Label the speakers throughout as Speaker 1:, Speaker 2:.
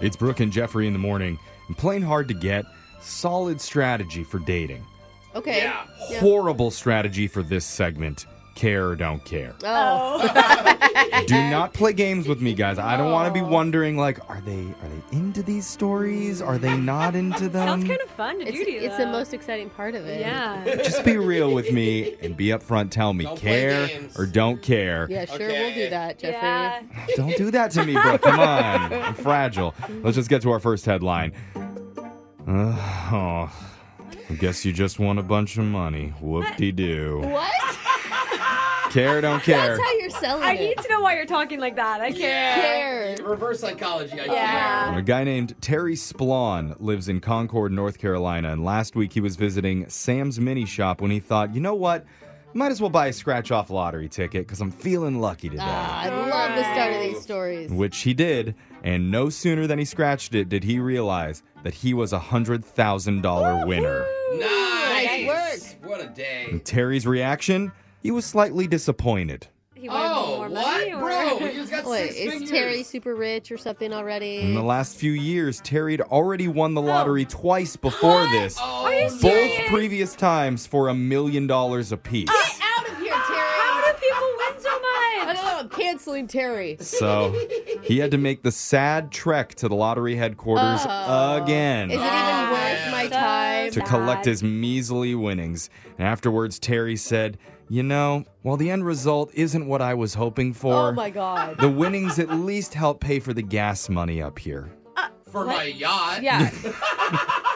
Speaker 1: It's Brooke and Jeffrey in the morning. And plain hard to get, solid strategy for dating.
Speaker 2: Okay.
Speaker 3: Yeah.
Speaker 1: Horrible strategy for this segment. Care or don't care.
Speaker 2: Oh.
Speaker 1: Do not play games with me, guys. I don't want to be wondering like, are they are they into these stories? Are they not into them?
Speaker 4: Sounds kind of fun to
Speaker 2: Um, It's,
Speaker 4: do.
Speaker 2: it's the most exciting part of it.
Speaker 4: Yeah.
Speaker 1: Just be real with me and be upfront. Tell me,
Speaker 3: Don't play
Speaker 1: care
Speaker 3: games.
Speaker 1: or don't care.
Speaker 2: Yeah, sure, we'll
Speaker 3: Okay.
Speaker 2: do that, Jeffrey.
Speaker 4: yeah.
Speaker 1: Don't do that to me, bro. Come on. I'm fragile. Let's just get to our first headline. Uh, oh, I guess you just won a bunch of money. Whoop de doo.
Speaker 2: What?
Speaker 1: Care, don't care.
Speaker 2: That's how you're selling
Speaker 4: I
Speaker 2: it.
Speaker 4: need to know why you're talking like that. I can't.
Speaker 2: care.
Speaker 3: Reverse psychology. I
Speaker 4: Yeah.
Speaker 1: A guy named Terry Splawn lives in Concord, North Carolina, and last week he was visiting Sam's Mini Shop when he thought, you know what? Might as well buy a scratch off lottery ticket because I'm feeling lucky today.
Speaker 2: Ah, I love the start of these stories.
Speaker 1: which he did, and no sooner than he scratched it did he realize that he was a hundred thousand dollar winner.
Speaker 4: Oh,
Speaker 3: care. Nice.
Speaker 2: Nice
Speaker 3: work. What a day.
Speaker 1: Terry's reaction: he was slightly disappointed.
Speaker 4: He wanted
Speaker 3: Oh,
Speaker 4: more
Speaker 3: what,
Speaker 4: money.
Speaker 3: bro?
Speaker 4: Or...
Speaker 3: We just got
Speaker 2: Wait,
Speaker 3: six
Speaker 2: is
Speaker 3: figures.
Speaker 2: Terry super rich or something already?
Speaker 1: In the last few years, Terry had already won the
Speaker 2: Oh.
Speaker 1: lottery twice before this,
Speaker 3: Oh,
Speaker 4: Are you
Speaker 3: no.
Speaker 1: both
Speaker 4: serious?
Speaker 1: previous times for a million dollars apiece.
Speaker 2: out of here, Terry.
Speaker 4: How do people win so
Speaker 2: I
Speaker 4: much?
Speaker 2: don't know. I'm canceling Terry.
Speaker 1: So he had to make the sad trek to the lottery headquarters again.
Speaker 2: Oh. Is it even
Speaker 3: Oh,
Speaker 2: worth my time?
Speaker 1: to collect his measly winnings. And afterwards, Terry said, You know, while the end result isn't what I was hoping for,
Speaker 2: Oh my god.
Speaker 1: the winnings at least help pay for the gas money up here.
Speaker 3: For my yacht.
Speaker 4: Yeah.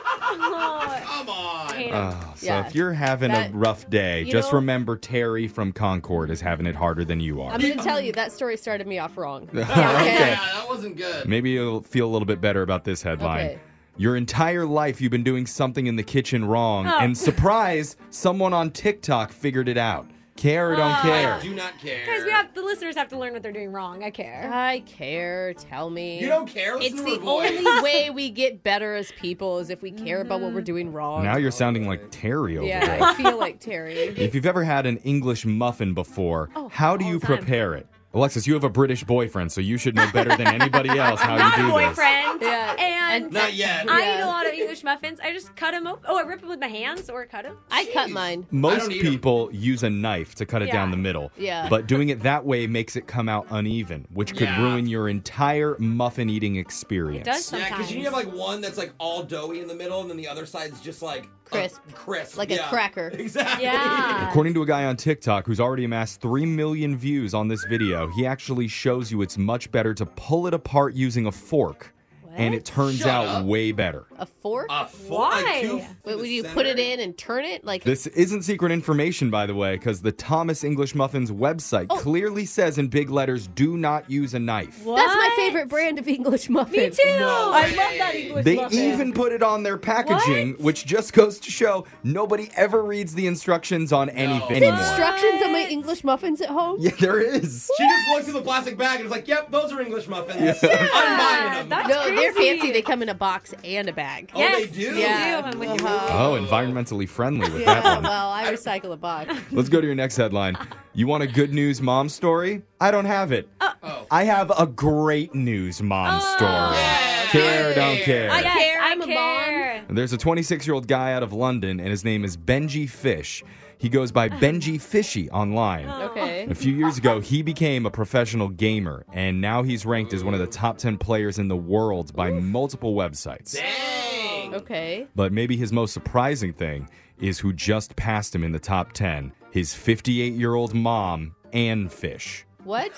Speaker 3: Come on.
Speaker 4: Hate him.
Speaker 1: Oh, so
Speaker 2: Yeah.
Speaker 1: if you're having
Speaker 2: That-
Speaker 1: a rough day,
Speaker 2: you
Speaker 1: just
Speaker 2: know-
Speaker 1: remember Terry from Concord is having it harder than you are.
Speaker 2: I'm gonna tell you that story started me off wrong.
Speaker 3: Yeah,
Speaker 2: okay.
Speaker 3: that wasn't good.
Speaker 1: Maybe you'll feel a little bit better about this headline.
Speaker 2: Okay.
Speaker 1: Your entire life, you've been doing something in the kitchen wrong,
Speaker 4: Oh.
Speaker 1: and surprise, someone on TikTok figured it out. Care or don't care.
Speaker 3: I do not care.
Speaker 4: Guys, we have the listeners have to learn what they're doing wrong. I care.
Speaker 2: I care. Tell me.
Speaker 3: You don't care. Listen
Speaker 2: It's
Speaker 3: to her
Speaker 2: the
Speaker 3: voice.
Speaker 2: only way we get better as people is if we care about
Speaker 4: Mm-hmm.
Speaker 2: what we're doing wrong.
Speaker 1: Now you're sounding like Terry over
Speaker 2: yeah,
Speaker 1: there.
Speaker 2: I feel like Terry.
Speaker 1: If you've ever had an English muffin before, how do
Speaker 4: all
Speaker 1: you
Speaker 4: the time.
Speaker 1: prepare it? Alexis, you have a British boyfriend, so you should know better than anybody else how
Speaker 4: Not
Speaker 1: you
Speaker 4: a
Speaker 1: do
Speaker 4: boyfriend.
Speaker 2: Yeah.
Speaker 4: And
Speaker 3: Not yet.
Speaker 4: I
Speaker 2: Yeah.
Speaker 4: eat a lot of English muffins. I just cut them open. Oh, I rip them with my hands or cut them.
Speaker 2: I cut mine.
Speaker 1: this. Most
Speaker 3: don't eat 'em.
Speaker 1: people use a knife to cut it
Speaker 4: Yeah.
Speaker 1: down the middle.
Speaker 2: Yeah.
Speaker 1: But doing it that way makes it come out uneven, which could
Speaker 3: Yeah.
Speaker 1: ruin your entire muffin eating experience.
Speaker 4: does
Speaker 3: Yeah, because you
Speaker 4: sometimes.
Speaker 3: have like one that's like all doughy in the middle, and then the other side's just like a-
Speaker 2: Crisp.
Speaker 3: crisp,
Speaker 2: Like
Speaker 3: Yeah.
Speaker 2: a cracker.
Speaker 3: Exactly.
Speaker 4: Yeah.
Speaker 1: According to a guy on TikTok who's already amassed 3 million views on this video, he actually shows you it's much better to pull it apart using a fork, and it turns
Speaker 3: Shut
Speaker 1: out
Speaker 3: up.
Speaker 1: way better.
Speaker 2: A fork?
Speaker 3: A four, Like two
Speaker 4: Why?
Speaker 3: f-
Speaker 2: Wait,
Speaker 3: in
Speaker 2: would
Speaker 3: the
Speaker 2: you
Speaker 3: center.
Speaker 2: put it in and turn it? Like
Speaker 1: This isn't secret information, by the way, because the Thomas English Muffins website
Speaker 4: Oh.
Speaker 1: clearly says in big letters do not use a knife.
Speaker 2: that's my
Speaker 4: What?
Speaker 2: favorite brand of English muffin.
Speaker 4: Me too.
Speaker 3: No
Speaker 4: I
Speaker 3: way.
Speaker 4: love that English
Speaker 1: They
Speaker 4: muffin.
Speaker 1: even put it on their packaging, which just goes to show nobody ever reads the instructions on anything
Speaker 3: It's
Speaker 1: anymore.
Speaker 2: Instructions on my
Speaker 4: What?
Speaker 2: English muffins at home.
Speaker 1: yeah, there is.
Speaker 3: She just looked at the plastic bag and was like, "Yep, those are English muffins. I'm buying them."
Speaker 4: That's
Speaker 2: No, they're
Speaker 4: crazy.
Speaker 2: fancy. They come in a box and a bag.
Speaker 3: Oh, they
Speaker 4: Yes,
Speaker 3: do?
Speaker 4: they
Speaker 2: Yeah.
Speaker 4: do. Uh-huh. I'm with you.
Speaker 1: Oh, environmentally friendly with
Speaker 2: Yeah,
Speaker 1: that one.
Speaker 2: well, I recycle a box.
Speaker 1: Let's go to your next headline. You want a good news mom story? I don't have it.
Speaker 3: Oh.
Speaker 1: I have a great news mom story.
Speaker 3: Yeah.
Speaker 1: Care, don't care.
Speaker 2: I
Speaker 4: Yes,
Speaker 2: care.
Speaker 4: I
Speaker 2: I'm a
Speaker 4: care.
Speaker 1: There's a 26 year old guy out of London, and his name is Benji Fish. He goes by Benji Fishy online.
Speaker 2: Okay.
Speaker 1: A few years ago, he became a professional gamer, and now he's ranked as one of the top 10 players in the world by multiple websites.
Speaker 3: Dang.
Speaker 2: Okay.
Speaker 1: But maybe his most surprising thing is who just passed him in the top 10 his 58 year old mom, Ann Fish.
Speaker 2: What?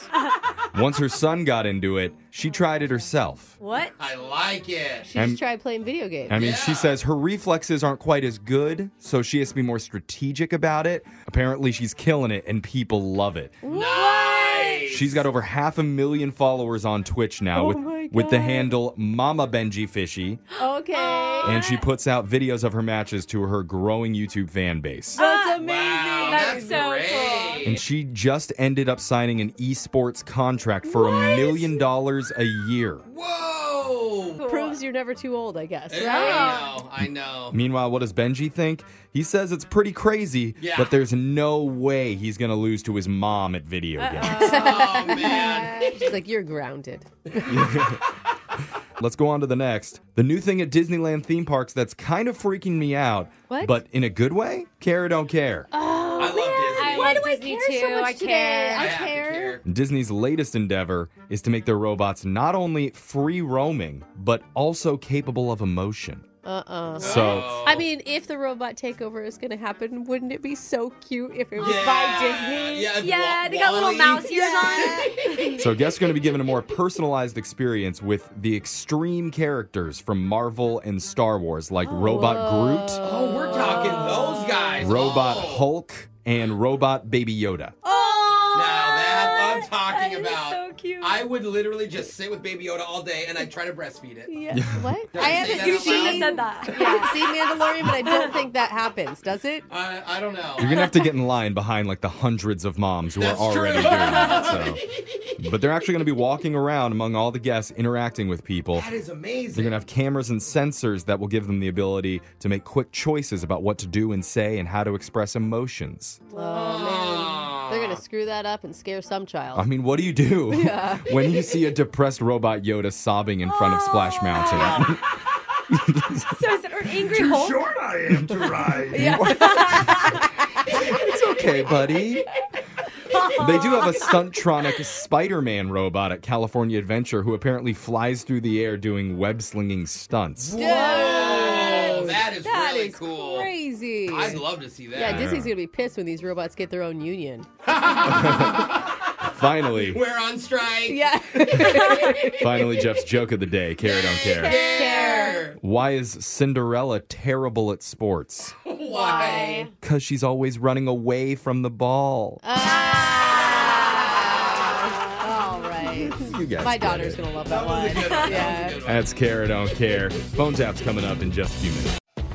Speaker 1: Once her son got into it, she tried it herself.
Speaker 4: What?
Speaker 3: I like it.
Speaker 2: She
Speaker 1: I'm-
Speaker 2: just tried playing video games.
Speaker 1: I mean, she
Speaker 3: Yeah.
Speaker 1: says her reflexes aren't quite as good, so she has to be more strategic about it. Apparently, she's killing it, and people love it.
Speaker 3: Nice.
Speaker 1: She's got over half a million followers on Twitch now
Speaker 2: Oh my
Speaker 1: with, with the
Speaker 2: God.
Speaker 1: handle Mama Benji Fishy,
Speaker 2: okay.
Speaker 4: Oh.
Speaker 1: and she puts out videos of her matches to her growing YouTube fan base.
Speaker 2: That's amazing.
Speaker 3: Wow,
Speaker 4: That's
Speaker 3: that's,
Speaker 4: so
Speaker 3: great.
Speaker 1: And she just ended up signing an esports contract for a million dollars a year.
Speaker 3: Whoa.
Speaker 2: Proves you're never too old, I guess.
Speaker 3: I know. I know.
Speaker 1: Meanwhile, what does Benji think? He says it's pretty crazy,
Speaker 3: Yeah.
Speaker 1: but there's no way he's going to lose to his mom at video games.
Speaker 3: Oh man.
Speaker 2: She's like, you're grounded.
Speaker 1: Let's go on to the next. The new thing at Disneyland theme parks that's kind of freaking me out,
Speaker 2: What?
Speaker 1: but in a good way? Care or don't care.
Speaker 3: I love Disney.
Speaker 2: Why
Speaker 4: love
Speaker 2: do I
Speaker 4: Disney
Speaker 2: care so
Speaker 4: too.
Speaker 2: much
Speaker 4: I
Speaker 2: today?
Speaker 4: care.
Speaker 3: I
Speaker 2: I
Speaker 3: have to
Speaker 2: care.
Speaker 3: care.
Speaker 1: Disney's latest endeavor is to make their robots not only free roaming, but also capable of emotion.
Speaker 2: Uh-uh.
Speaker 1: So-
Speaker 3: Oh.
Speaker 2: I mean, if the robot takeover is going to happen, wouldn't it be so cute if it was by Disney?
Speaker 3: Yeah,
Speaker 4: Yeah,
Speaker 3: Wa- E.
Speaker 4: they got little
Speaker 3: Wall-E.
Speaker 4: mouse ears
Speaker 1: So guests are going to be given a more personalized experience with the extreme characters from Marvel and Star Wars, like Robot Groot,
Speaker 3: Oh, we're talking those guys.
Speaker 1: Robot
Speaker 3: oh.
Speaker 1: Hulk, and Robot Baby Yoda.
Speaker 4: Oh,
Speaker 3: Now that I'm
Speaker 4: that
Speaker 3: talking
Speaker 4: is
Speaker 3: about.
Speaker 4: so cute.
Speaker 3: I would literally just sit with Baby Yoda all day and I'd try to breastfeed it.
Speaker 2: Yeah. What?
Speaker 3: Did
Speaker 2: I
Speaker 3: I say that
Speaker 2: haven't
Speaker 4: you
Speaker 3: out
Speaker 4: shouldn't have
Speaker 2: seen,
Speaker 4: said that.
Speaker 2: I haven't seen Mandalorian, but I don't think that happens, does it?
Speaker 3: I, I don't know.
Speaker 1: You're going to have to get in line behind like the hundreds of moms who
Speaker 3: That's
Speaker 1: are
Speaker 3: true.
Speaker 1: already doing it. So. But they're actually going to be walking around among all the guests, interacting with people.
Speaker 3: that is amazing.
Speaker 1: They're going to have cameras and sensors that will give them the ability to make quick choices about what to do and say and how to express emotions.
Speaker 2: Oh, man. They're going to screw that up and scare some child.
Speaker 1: I mean, what do you do when you see a depressed robot Yoda sobbing in front of Splash
Speaker 3: Ah.
Speaker 1: Mountain?
Speaker 4: so is it or angry Hulk?
Speaker 5: short I am to ride.
Speaker 1: it's okay, buddy. They do have a stunt-tronic Spider-Man robot at California Adventure who apparently flies through the air doing web-slinging stunts.
Speaker 2: Dude,
Speaker 3: Whoa, that is
Speaker 2: that
Speaker 3: really
Speaker 2: is
Speaker 3: cool.
Speaker 2: crazy.
Speaker 3: I'd love to see that.
Speaker 2: yeah, Disney's going to be pissed when these robots get their own union.
Speaker 1: Finally,
Speaker 3: We're on strike.
Speaker 2: Yeah.
Speaker 1: finally Jeff's joke of the day, care or don't care.
Speaker 3: Care.
Speaker 1: Why is Cinderella terrible at sports?
Speaker 3: Why?
Speaker 1: Cuz she's always running away from the ball.
Speaker 2: Ah. All right.
Speaker 1: You guys
Speaker 2: My
Speaker 1: get
Speaker 2: daughter's
Speaker 1: it.
Speaker 2: going to love that,
Speaker 3: That was a
Speaker 2: one.
Speaker 3: good one. That was
Speaker 2: Yeah.
Speaker 3: a good one.
Speaker 1: That's care or don't care. Phone tap's coming up in just a few minutes.